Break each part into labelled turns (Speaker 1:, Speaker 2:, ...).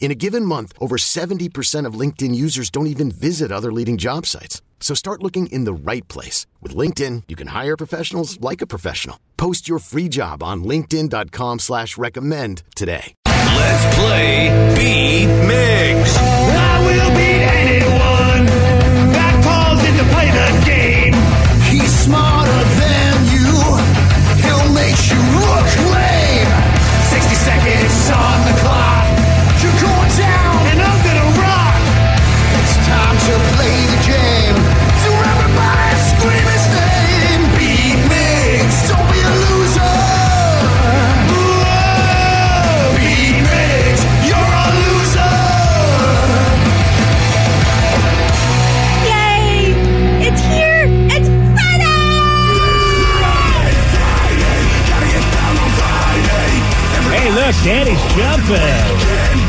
Speaker 1: In a given month, over 70% of LinkedIn users don't even visit other leading job sites. So start looking in the right place. With LinkedIn, you can hire professionals like a professional. Post your free job on linkedin.com slash recommend today.
Speaker 2: Let's play B Migs.
Speaker 3: I will beat anyone that calls in to play the game.
Speaker 4: He's smarter than you. He'll make you look lame.
Speaker 3: 60 seconds on the clock.
Speaker 4: You're going down.
Speaker 3: And I'm gonna rock.
Speaker 4: It's time to play the game. So everybody scream his name. Beat Migs. Don't be a loser.
Speaker 3: Whoa, beat Migs, you're a loser.
Speaker 5: Yay! It's here! It's Friday!
Speaker 6: Hey, look, Danny's jumping.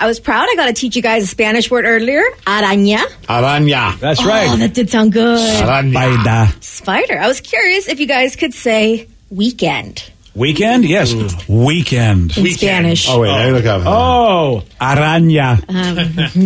Speaker 5: I was proud I got to teach you guys a Spanish word earlier. Araña.
Speaker 1: Aranya.
Speaker 6: That's
Speaker 5: Oh, that did sound
Speaker 7: Oh.
Speaker 5: good.
Speaker 6: Aranda.
Speaker 5: Spider. I was curious if you guys could say weekend
Speaker 6: Weekend? Yes. Weekend.
Speaker 5: in Spanish.
Speaker 8: Oh, wait, ahí lo acabo.
Speaker 6: Oh, araña.
Speaker 5: Um,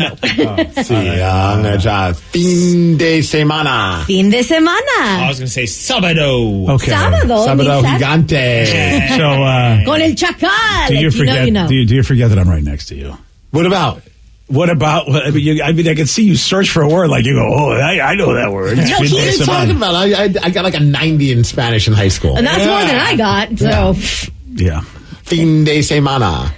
Speaker 6: Oh,
Speaker 8: sí, ah, ya. Fin de semana.
Speaker 5: Fin de
Speaker 7: I
Speaker 5: semana.
Speaker 7: was going to say Sabado.
Speaker 6: Okay.
Speaker 5: Sábado.
Speaker 8: Sábado
Speaker 5: means Sat-
Speaker 8: gigante.
Speaker 6: So, uh,
Speaker 5: Con el chacal.
Speaker 6: do you
Speaker 5: Like,
Speaker 6: forget?
Speaker 5: know, you know.
Speaker 6: Do, you, do you forget that I'm right next to you?
Speaker 8: What about?
Speaker 6: What about? I mean, you, I mean, I can see you search for a word like you go, oh, I, I know that word. It's
Speaker 8: What are you
Speaker 6: fin de
Speaker 8: talking
Speaker 6: semana.
Speaker 8: about? I, I, I got like a 90 in Spanish in high school.
Speaker 5: and that's more than I got. So,
Speaker 6: Yeah.
Speaker 8: Fin de semana.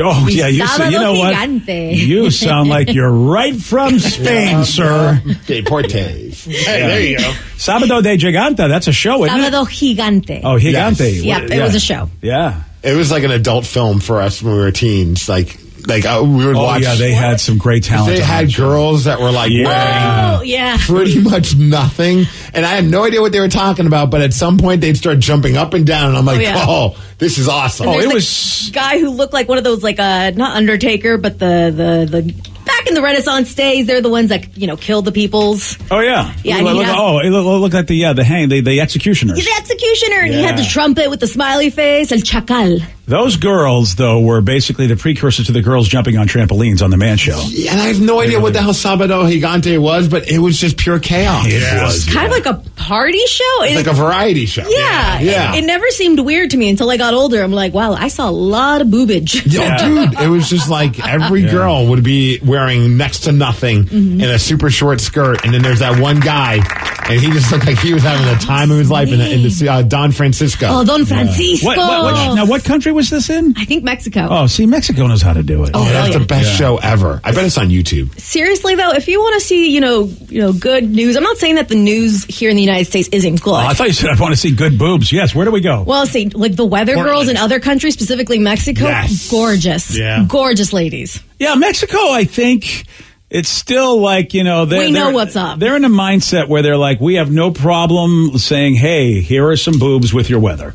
Speaker 6: Oh, yeah. You, s- you know what?
Speaker 5: Gigante.
Speaker 6: You sound like you're right from Spain,
Speaker 8: Uh,
Speaker 6: sir.
Speaker 8: Deportes.
Speaker 7: Hey, there you go.
Speaker 6: Sábado de Gigante. That's a show, isn't it?
Speaker 5: sábado gigante.
Speaker 6: Oh, Gigante.
Speaker 8: Yes.
Speaker 5: Yep, it
Speaker 6: Yeah.
Speaker 5: was a show.
Speaker 6: Yeah.
Speaker 8: It was like an adult film for us when we were teens. Like, like uh, we would
Speaker 6: Oh,
Speaker 8: watch.
Speaker 6: yeah. They had some great talent.
Speaker 8: They
Speaker 6: on
Speaker 8: had
Speaker 6: that show.
Speaker 8: girls that were like
Speaker 6: Yeah.
Speaker 8: wearing
Speaker 5: Oh, yeah.
Speaker 8: pretty much nothing, and I had no idea what they were talking about. But at some point, they'd start jumping up and down, and I'm like, oh,
Speaker 5: yeah.
Speaker 8: this is awesome.
Speaker 6: Oh,
Speaker 5: There's,
Speaker 6: it
Speaker 5: like,
Speaker 6: was-
Speaker 5: guy who looked like one of those like uh not Undertaker, but the the the back in the Renaissance days, they're the ones that you know killed the peoples.
Speaker 6: Oh yeah,
Speaker 5: Yeah, and
Speaker 6: Look,
Speaker 5: he
Speaker 6: look-
Speaker 5: had-
Speaker 6: oh, hey, look, look at the yeah, the hang, the, the executioners.
Speaker 5: He's the executioner, and he had the
Speaker 6: Yeah.
Speaker 5: trumpet with the smiley face, el chacal.
Speaker 6: Those girls, though, were basically the precursor to the girls jumping on trampolines on the Man Show.
Speaker 8: Yeah, and I have no idea what the hell Sabado Gigante was, but it was just pure chaos.
Speaker 6: It was,
Speaker 5: Kind of like a party show. It-
Speaker 8: It's like a variety show.
Speaker 5: yeah,
Speaker 8: Yeah.
Speaker 5: It, it never seemed weird to me until I got older. I'm like, wow, I saw a lot of boobage.
Speaker 8: Yo, dude, it was just like every girl would be wearing next to nothing
Speaker 5: Mm-hmm.
Speaker 8: in a super short skirt, and then there's that one guy, and he just looked like he was having the time of his life in, the, in the, uh, Don Francisco.
Speaker 5: Oh, Don Francisco.
Speaker 6: Uh, What, what, what- now, what country was this in?
Speaker 5: I think Mexico.
Speaker 6: Oh, see, Mexico knows how to do it.
Speaker 8: Oh,
Speaker 5: hell
Speaker 8: that's
Speaker 5: yeah.
Speaker 8: the best show ever. I bet it's on YouTube.
Speaker 5: Seriously though, if you want to see, you know, you know, good news, I'm not saying that the news here in the United States isn't good.
Speaker 6: Oh, I thought you said I want to see good boobs. Yes, where do we go?
Speaker 5: Well, see, like the weather girls in other countries, specifically Mexico,
Speaker 8: Yes.
Speaker 5: gorgeous,
Speaker 8: Yeah.
Speaker 5: gorgeous ladies.
Speaker 6: yeah, Mexico. I think it's still like you know they're,
Speaker 5: We know
Speaker 6: they're-
Speaker 5: what's up.
Speaker 6: They're in a mindset where they're like, we have no problem saying, hey, here are some boobs with your weather.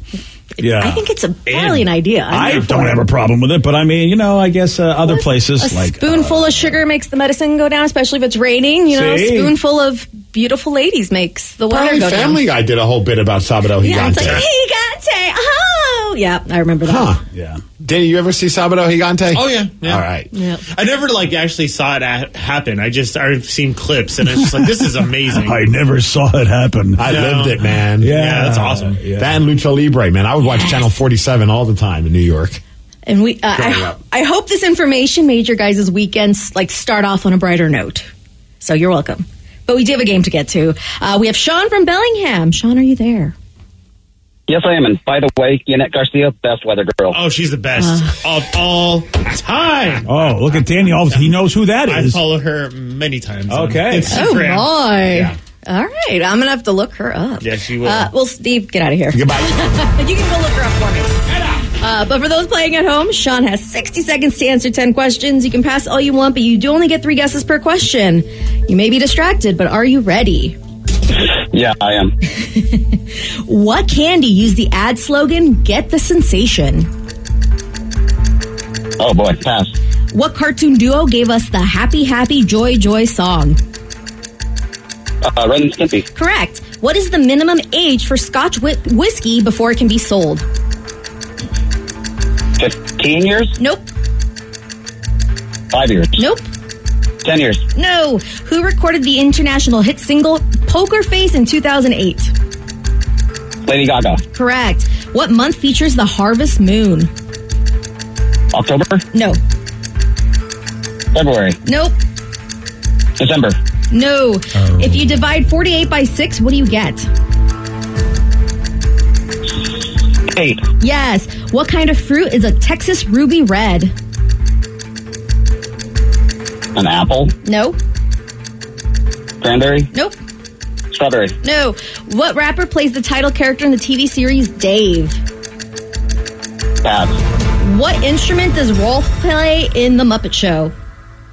Speaker 6: Yeah,
Speaker 5: I think it's a brilliant idea.
Speaker 6: I
Speaker 5: mean,
Speaker 6: don't have a problem with it, but I mean, you know, I guess uh, other places
Speaker 5: a
Speaker 6: like
Speaker 5: spoonful
Speaker 8: uh,
Speaker 5: of sugar makes the medicine go down, especially if it's raining. You know, a
Speaker 6: See?
Speaker 5: spoonful of beautiful ladies makes the weather
Speaker 8: Probably
Speaker 5: go
Speaker 8: Family Guy did a whole bit about Sabado
Speaker 5: down. Yeah,
Speaker 8: Gigante.
Speaker 5: it's like he got say, oh, yeah, I remember that.
Speaker 8: huh.
Speaker 6: Yeah.
Speaker 8: Danny, you ever see Sabado Gigante?
Speaker 7: Oh yeah, yeah.
Speaker 8: All right.
Speaker 5: Yep.
Speaker 7: I never like actually saw it a- happen. I just I've seen clips and it's just like this is amazing.
Speaker 6: I never saw it happen.
Speaker 8: I
Speaker 7: No.
Speaker 8: lived it, man.
Speaker 6: yeah,
Speaker 7: Yeah, that's awesome.
Speaker 6: Yeah.
Speaker 8: That and Lucha Libre, man. I would watch Channel 47 all the time in New York.
Speaker 5: And we, uh,
Speaker 8: Growing
Speaker 5: I,
Speaker 8: up.
Speaker 5: I hope this information made your guys' weekends like start off on a brighter note. So you're welcome. But we do have a game to get to. Uh, we have Sean from Bellingham. Sean, are you there?
Speaker 9: Yes, I am. And by the way, Yannette Garcia, best weather girl.
Speaker 7: Oh, she's the best of all time.
Speaker 6: Uh. oh, look at Danny. All he knows who that
Speaker 7: I
Speaker 6: is.
Speaker 7: follow her many times. on
Speaker 6: Okay.
Speaker 5: Oh my!
Speaker 7: Instagram.
Speaker 5: All right, I'm gonna have to look her up.
Speaker 7: Yes, you will.
Speaker 5: Uh, well, Steve, get out of here.
Speaker 8: Goodbye.
Speaker 5: You can go look her up for me. Uh, but for those playing at home, Sean has 60 seconds to answer 10 questions. You can pass all you want, but you do only get three guesses per question. You may be distracted, but are you ready?
Speaker 9: Yeah, I am.
Speaker 5: What candy used the ad slogan, Get the Sensation?
Speaker 9: Oh boy, pass.
Speaker 5: What cartoon duo gave us the Happy, Happy, Joy, Joy song?
Speaker 9: Uh, Ren and Stimpy.
Speaker 5: Correct. What is the minimum age for Scotch whi- whiskey before it can be sold?
Speaker 9: Fifteen years,
Speaker 5: Nope.
Speaker 9: five years,
Speaker 5: Nope.
Speaker 9: ten years.
Speaker 5: No. Who recorded the international hit single Poker Face in 2008?
Speaker 9: Lady Gaga.
Speaker 5: Correct. What month features the harvest moon?
Speaker 9: October,
Speaker 5: No.
Speaker 9: February,
Speaker 5: Nope.
Speaker 9: December.
Speaker 5: No. If you divide 48 by 6, what do you get?
Speaker 9: Eight.
Speaker 5: Yes. What kind of fruit is a Texas ruby red?
Speaker 9: An apple,
Speaker 5: No.
Speaker 9: cranberry,
Speaker 5: Nope.
Speaker 9: strawberry.
Speaker 5: No. What rapper plays the title character in the TV series Dave?
Speaker 9: Pass.
Speaker 5: What instrument does Rolf play in The Muppet Show?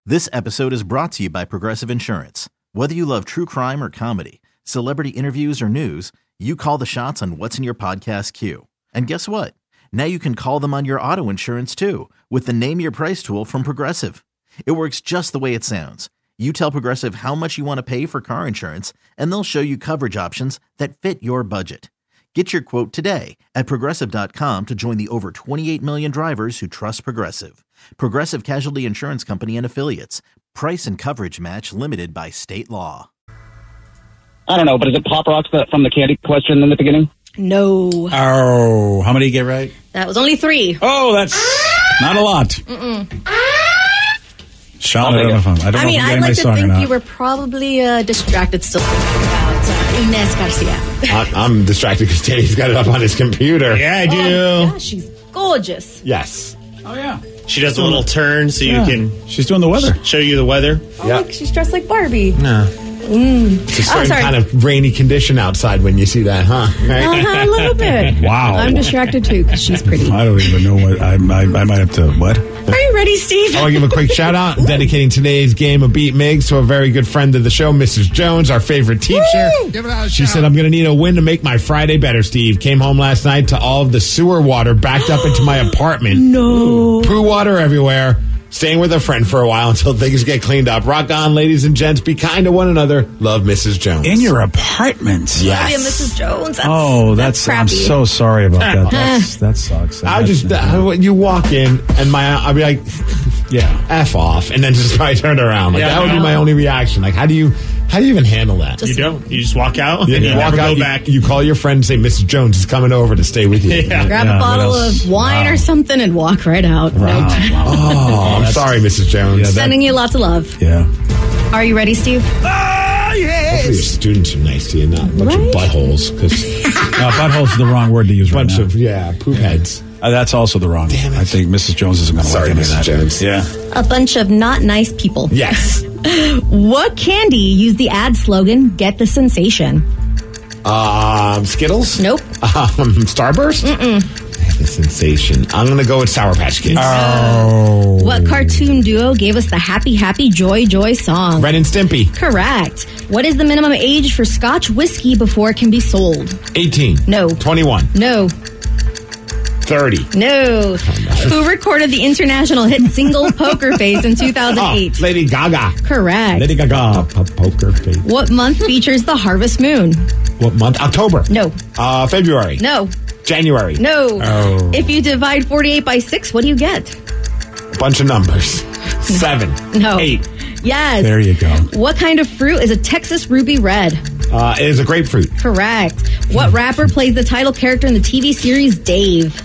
Speaker 10: This episode is brought to you by Progressive Insurance. Whether you love true crime or comedy, celebrity interviews or news, you call the shots on what's in your podcast queue. And guess what? Now you can call them on your auto insurance too with the Name Your Price tool from Progressive. It works just the way it sounds. You tell Progressive how much you want to pay for car insurance, and they'll show you coverage options that fit your budget. Get your quote today at progressive.com to join the over 28 million drivers who trust Progressive. Progressive Casualty Insurance Company and Affiliates. Price and coverage match limited by state law.
Speaker 9: I don't know, but is it Pop Rocks that, from the candy question in the beginning?
Speaker 5: No.
Speaker 6: Oh, how many you get right?
Speaker 5: That was only three.
Speaker 6: Oh, that's not a lot. Sean, I don't know if I'm, I don't
Speaker 5: I
Speaker 6: know
Speaker 5: mean,
Speaker 6: if I'm
Speaker 5: I'd
Speaker 6: getting my
Speaker 5: like to
Speaker 6: song or
Speaker 5: think
Speaker 6: not.
Speaker 5: you were probably uh, distracted still thinking about uh, Inez Garcia.
Speaker 8: I, I'm distracted because Danny's got it up on his computer.
Speaker 7: Yeah, I do.
Speaker 5: Oh, my gosh, she's gorgeous.
Speaker 8: Yes.
Speaker 6: oh yeah,
Speaker 7: She does a little turn so
Speaker 6: Yeah.
Speaker 7: you can
Speaker 6: she's doing the weather.
Speaker 7: show you the weather.
Speaker 5: Oh, look, she's dressed like Barbie.
Speaker 7: Mm.
Speaker 8: It's a
Speaker 5: Oh,
Speaker 8: certain
Speaker 5: sorry.
Speaker 8: kind of rainy condition outside when you see that, huh? Right?
Speaker 7: Oh.
Speaker 5: Uh-huh, a little bit.
Speaker 6: Wow.
Speaker 5: I'm distracted too because she's pretty.
Speaker 6: I don't even know what I, I, I might have to what.
Speaker 5: Are you ready, Steve?
Speaker 8: I
Speaker 6: Oh,
Speaker 8: want to give a quick shout out dedicating today's game of Beat Migs to a very good friend of the show, Mrs. Jones, our favorite teacher. She said, I'm going to need a win to make my Friday better, Steve. Came home last night to all of the sewer water backed up into my apartment.
Speaker 5: Oh,
Speaker 8: No. Poo water everywhere. Staying with a friend for a while until things get cleaned up. Rock on, ladies and gents. Be kind to one another. Love Mrs. Jones.
Speaker 6: in your apartment.
Speaker 8: Yes.
Speaker 5: Oh, Yeah, Mrs. Jones. That's,
Speaker 6: Oh, that's, I'm
Speaker 5: crappy.
Speaker 6: so sorry about that. That's, that sucks.
Speaker 8: I
Speaker 6: That's-
Speaker 8: just, I, when you walk in and my, I'll be like,
Speaker 6: yeah.
Speaker 8: F off. And then just probably turn around. Like,
Speaker 7: Yeah.
Speaker 8: that would be my only reaction. Like, how do you, how do you even handle that?
Speaker 7: You don't. You just walk out
Speaker 8: Yeah,
Speaker 7: and you,
Speaker 8: you walk
Speaker 7: never
Speaker 8: out,
Speaker 7: go
Speaker 8: you,
Speaker 7: back.
Speaker 8: you call your friend and say, Mrs. Jones is coming over to stay with you.
Speaker 5: Grab
Speaker 6: Yeah,
Speaker 5: a bottle
Speaker 6: what else?
Speaker 5: of wine
Speaker 6: Wow.
Speaker 5: or something and walk right out. Nope.
Speaker 8: Oh, I'm sorry, Mrs. Jones.
Speaker 6: Yeah, that-
Speaker 5: Sending you lots of love.
Speaker 6: Yeah.
Speaker 5: Are you ready, Steve?
Speaker 8: Hopefully your students are nice to you, not a bunch
Speaker 5: Right?
Speaker 8: of buttholes. Because
Speaker 6: No, butthole's the wrong word to use right
Speaker 8: bunch
Speaker 6: now.
Speaker 8: of, yeah, poop heads.
Speaker 6: Uh, that's also the wrong.
Speaker 8: Damn it.
Speaker 6: I think Mrs. Jones isn't going to
Speaker 8: Sorry,
Speaker 6: like any
Speaker 8: Mrs.
Speaker 6: of that.
Speaker 8: Jones.
Speaker 6: Yeah.
Speaker 5: A bunch of not nice people.
Speaker 8: Yes.
Speaker 5: What candy used the ad slogan "Get the sensation"?
Speaker 8: Um, Skittles?
Speaker 5: Nope.
Speaker 8: Um, Starburst? Mm-mm. The sensation. I'm going to go with Sour Patch Kids.
Speaker 6: Oh.
Speaker 5: What cartoon duo gave us the "Happy, Happy, Joy, Joy" song?
Speaker 8: Ren and Stimpy.
Speaker 5: Correct. What is the minimum age for Scotch whiskey before it can be sold?
Speaker 8: 18.
Speaker 5: No.
Speaker 8: 21.
Speaker 5: No,
Speaker 8: 30. Oh,
Speaker 5: No. Who recorded the international hit single Poker Face in
Speaker 8: Oh,
Speaker 5: 2008?
Speaker 8: Lady Gaga.
Speaker 5: Correct.
Speaker 8: Lady Gaga. A poker face.
Speaker 5: what month features the harvest moon?
Speaker 8: What month? October.
Speaker 5: No.
Speaker 8: Uh, February.
Speaker 5: No.
Speaker 8: January.
Speaker 5: No.
Speaker 8: Oh.
Speaker 5: If you divide 48 by 6, what do you get?
Speaker 8: Bunch of numbers. Seven.
Speaker 5: No.
Speaker 8: Eight.
Speaker 5: Yes.
Speaker 8: There you go.
Speaker 5: What kind of fruit is a Texas ruby red?
Speaker 8: Uh, it is a grapefruit.
Speaker 5: Correct. What
Speaker 8: Hmm.
Speaker 5: rapper plays the title character in the TV series Dave?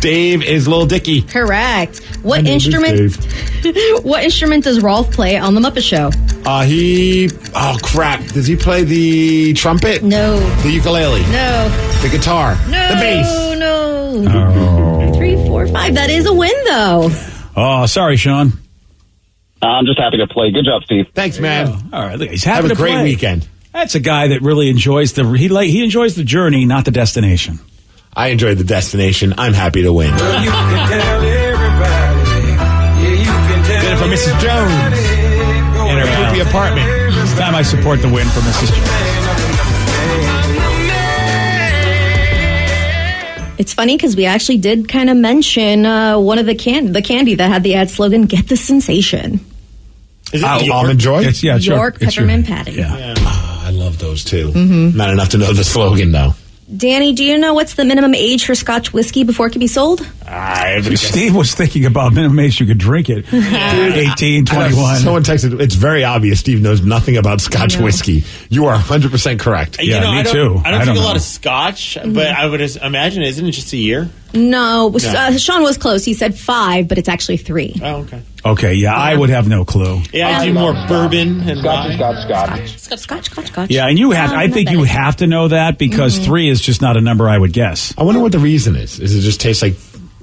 Speaker 8: Dave is Little Dicky.
Speaker 5: Correct.
Speaker 8: I
Speaker 5: What
Speaker 8: know this
Speaker 5: instrument? what instrument does Rolf play on the Muppet Show?
Speaker 8: Uh, he. Oh crap! Does he play the trumpet?
Speaker 5: No.
Speaker 8: The ukulele.
Speaker 5: No.
Speaker 8: The guitar.
Speaker 5: No.
Speaker 8: The bass.
Speaker 5: No. Three, four, five. That is a win, though.
Speaker 6: Oh, sorry, Sean.
Speaker 9: Uh, I'm just happy to play. Good job, Steve.
Speaker 8: Thanks, man.
Speaker 6: All right, look, he's happy
Speaker 8: Have a
Speaker 6: to
Speaker 8: great
Speaker 6: play.
Speaker 8: weekend.
Speaker 6: That's a guy that really enjoys the he like he enjoys the journey, not the destination.
Speaker 8: I enjoyed the destination. I'm happy to win.
Speaker 4: You can tell everybody. Yeah, you can tell
Speaker 8: Did it for Mrs. Jones in her creepy apartment.
Speaker 6: This time I support the win for Mrs. Jones.
Speaker 5: It's funny because we actually did kind of mention uh, one of the can the candy that had the ad slogan "Get the sensation."
Speaker 8: Is it Almond Joy?
Speaker 6: It's, yeah, it's
Speaker 5: York
Speaker 6: it's
Speaker 5: peppermint patty.
Speaker 8: Ah, I love those too. Not enough to know the slogan though.
Speaker 5: Danny, do you know what's the minimum age for Scotch whiskey before it can be sold?
Speaker 8: I
Speaker 6: If Steve was thinking about minimum age you could drink it. 18, 21.
Speaker 8: Someone texted. It's very obvious. Steve knows nothing about Scotch whiskey. You are 100 percent correct.
Speaker 6: Yeah,
Speaker 7: you know,
Speaker 6: me
Speaker 7: I don't,
Speaker 6: too.
Speaker 7: I don't
Speaker 6: I don't
Speaker 7: drink a lot
Speaker 6: know.
Speaker 7: of scotch, but I would as- imagine, isn't it just a year?
Speaker 5: No,
Speaker 7: No.
Speaker 5: Uh, Sean was close. He said five, but it's actually three.
Speaker 7: Oh, okay.
Speaker 6: Okay, yeah, I would have no clue.
Speaker 7: Yeah, I do more bourbon and wine.
Speaker 5: Scotch, Scotch, Scotch, Scotch.
Speaker 6: Yeah, and you have.
Speaker 5: Oh,
Speaker 6: I
Speaker 5: no
Speaker 6: think you
Speaker 5: better.
Speaker 6: have to know that because three is just not a number I would guess.
Speaker 8: I wonder what the reason is. Is it just tastes like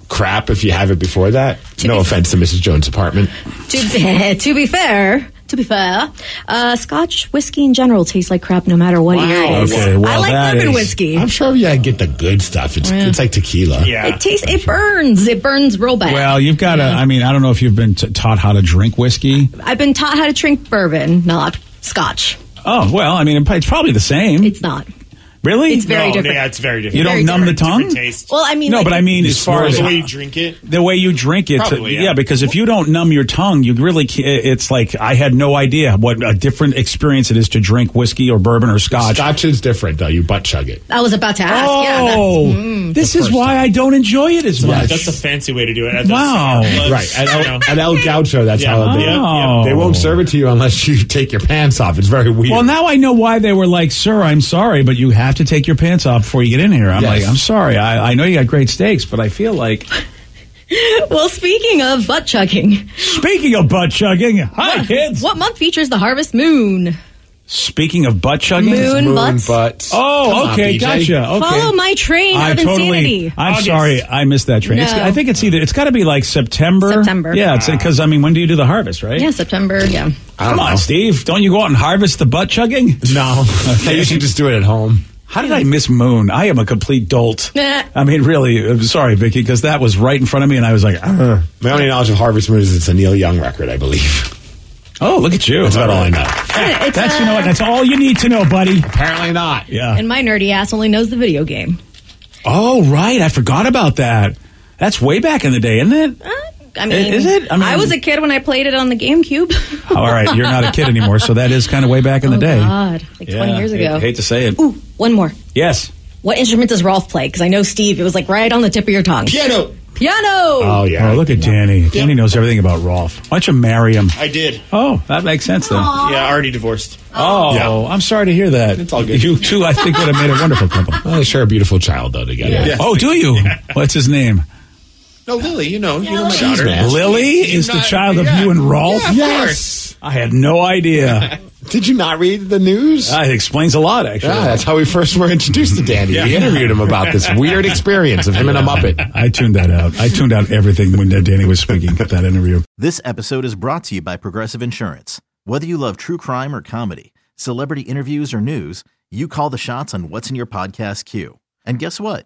Speaker 8: crap if you have it before that? No offense to Mrs. Jones' apartment.
Speaker 5: To be, to be fair, to be fair, uh, Scotch whiskey in general tastes like crap no matter what year it is.
Speaker 6: Okay, Eh, well,
Speaker 5: I like
Speaker 6: that
Speaker 5: lemon
Speaker 6: is-
Speaker 5: whiskey.
Speaker 8: I'm sure yeah, I get the good stuff. It's it's like tequila.
Speaker 7: Yeah.
Speaker 5: it tastes. It burns. It burns real bad.
Speaker 6: Well, you've got to. I mean, I don't know if you've been t- taught how to drink whiskey.
Speaker 5: I've been taught how to drink bourbon, not Scotch.
Speaker 6: Oh well, I mean, it- it's probably the same.
Speaker 5: It's not.
Speaker 6: really,
Speaker 5: it's very
Speaker 7: no,
Speaker 5: different.
Speaker 7: Oh, Yeah, it's very different.
Speaker 6: You don't
Speaker 7: Very
Speaker 6: numb the
Speaker 7: different-
Speaker 6: tongue.
Speaker 7: different Taste.
Speaker 5: Well, I mean,
Speaker 6: no,
Speaker 5: like-
Speaker 6: but I mean,
Speaker 8: You
Speaker 6: as far
Speaker 8: snort
Speaker 6: as
Speaker 7: the way you drink it.
Speaker 6: the way you drink it,
Speaker 7: Probably,
Speaker 6: yeah.
Speaker 7: yeah.
Speaker 6: because if you don't numb your tongue, you really ca- it's like I had no idea what a different experience it is to drink whiskey or bourbon or scotch.
Speaker 8: Scotch is different though. You butt chug it.
Speaker 5: I was about to ask.
Speaker 6: Oh,
Speaker 5: Yeah, that's,
Speaker 6: this is why I don't enjoy it as much.
Speaker 7: That's a fancy way to do it. At
Speaker 6: Wow.
Speaker 8: Right. At,
Speaker 7: I know.
Speaker 8: El- at El Gaucho, that's
Speaker 7: Yeah.
Speaker 8: how they,
Speaker 6: Oh.
Speaker 8: they won't serve it to you unless you take your pants off. It's very weird.
Speaker 6: Well, now I know why they were like, "Sir, I'm sorry, but you have to take your pants off before you get in here." I'm
Speaker 8: Yes.
Speaker 6: like, "I'm sorry. I, I know you got great steaks, but I feel like."
Speaker 5: Well, speaking of butt chugging,
Speaker 6: Speaking of butt chugging, hi kids.
Speaker 5: what month features the harvest moon?
Speaker 6: Speaking of butt chugging,
Speaker 5: Moon butts.
Speaker 6: Oh,
Speaker 8: Come on,
Speaker 6: okay,
Speaker 8: BJ.
Speaker 6: gotcha. Okay.
Speaker 5: Follow my train
Speaker 6: I
Speaker 5: of
Speaker 6: totally.
Speaker 5: insanity.
Speaker 6: I'm
Speaker 7: August.
Speaker 6: sorry, I missed that train. It's,
Speaker 5: No.
Speaker 6: I think it's either it's got to be like September.
Speaker 5: September.
Speaker 6: Yeah, because I mean, when do you do the harvest, right?
Speaker 5: Yeah, September. Yeah.
Speaker 8: I don't
Speaker 6: Come on,
Speaker 8: know.
Speaker 6: Steve. Don't you go out and harvest the butt chugging?
Speaker 8: No,
Speaker 6: Okay.
Speaker 8: you should just do it at home.
Speaker 6: How did I miss Moon? I am a complete dolt.
Speaker 5: Nah.
Speaker 6: I mean, really. I'm sorry, Vicky, because that was right in front of me, and I was like, "Uh." "Arr."
Speaker 8: My only knowledge of Harvest Moon is it's a Neil Young record, I believe.
Speaker 6: "Oh, look at you."
Speaker 8: That's about all I know.
Speaker 5: It's,
Speaker 6: That's you know
Speaker 5: uh,
Speaker 6: what. That's all you need to know, buddy.
Speaker 8: Apparently not.
Speaker 6: Yeah.
Speaker 5: And my nerdy ass only knows the video game.
Speaker 6: Oh, right. I forgot about that. That's way back in the day, isn't it?
Speaker 5: Uh, I mean,
Speaker 6: Is it? I
Speaker 5: I,
Speaker 6: mean-
Speaker 5: was a kid when I played it on the GameCube.
Speaker 6: All right. You're not a kid anymore, so that is kind of way back in the
Speaker 5: oh
Speaker 6: day.
Speaker 5: God, like twenty
Speaker 6: Yeah,
Speaker 5: years
Speaker 6: I
Speaker 5: ago.
Speaker 6: hate to say it.
Speaker 5: Ooh, one more.
Speaker 6: Yes.
Speaker 5: What instrument does Rolf play? Because I know Steve. It was like right on the tip of your tongue.
Speaker 7: Piano.
Speaker 5: Piano.
Speaker 8: Oh yeah.
Speaker 6: Oh, look at Danny. Danny knows everything about Rolf. Why don't you marry him?
Speaker 7: I did.
Speaker 6: Oh, that makes sense then.
Speaker 7: Yeah, already divorced.
Speaker 6: Oh,
Speaker 8: Yeah.
Speaker 6: I'm sorry to hear that.
Speaker 7: It's all good.
Speaker 6: You two, I think, would have made a wonderful couple.
Speaker 8: Well, they share a beautiful child though together.
Speaker 7: Yeah.
Speaker 6: Oh, do you? What's his name?
Speaker 7: No, Lily, you know, you know my
Speaker 8: She's
Speaker 7: daughter.
Speaker 8: mad.
Speaker 6: Lily is the
Speaker 7: not-
Speaker 6: child of
Speaker 7: yeah.
Speaker 6: you and Rolf.
Speaker 7: Yeah, of
Speaker 8: Yes.
Speaker 6: I had no idea.
Speaker 8: Did you not read the news?
Speaker 6: that explains a lot, actually.
Speaker 8: yeah, that's how we first were introduced to Danny.
Speaker 6: Yeah.
Speaker 8: We interviewed him about this weird experience of him and a Muppet.
Speaker 6: I tuned that out. I tuned out everything when Danny was speaking at that interview.
Speaker 10: This episode is brought to you by Progressive Insurance. Whether you love true crime or comedy, celebrity interviews or news, you call the shots on what's in your podcast queue. And guess what?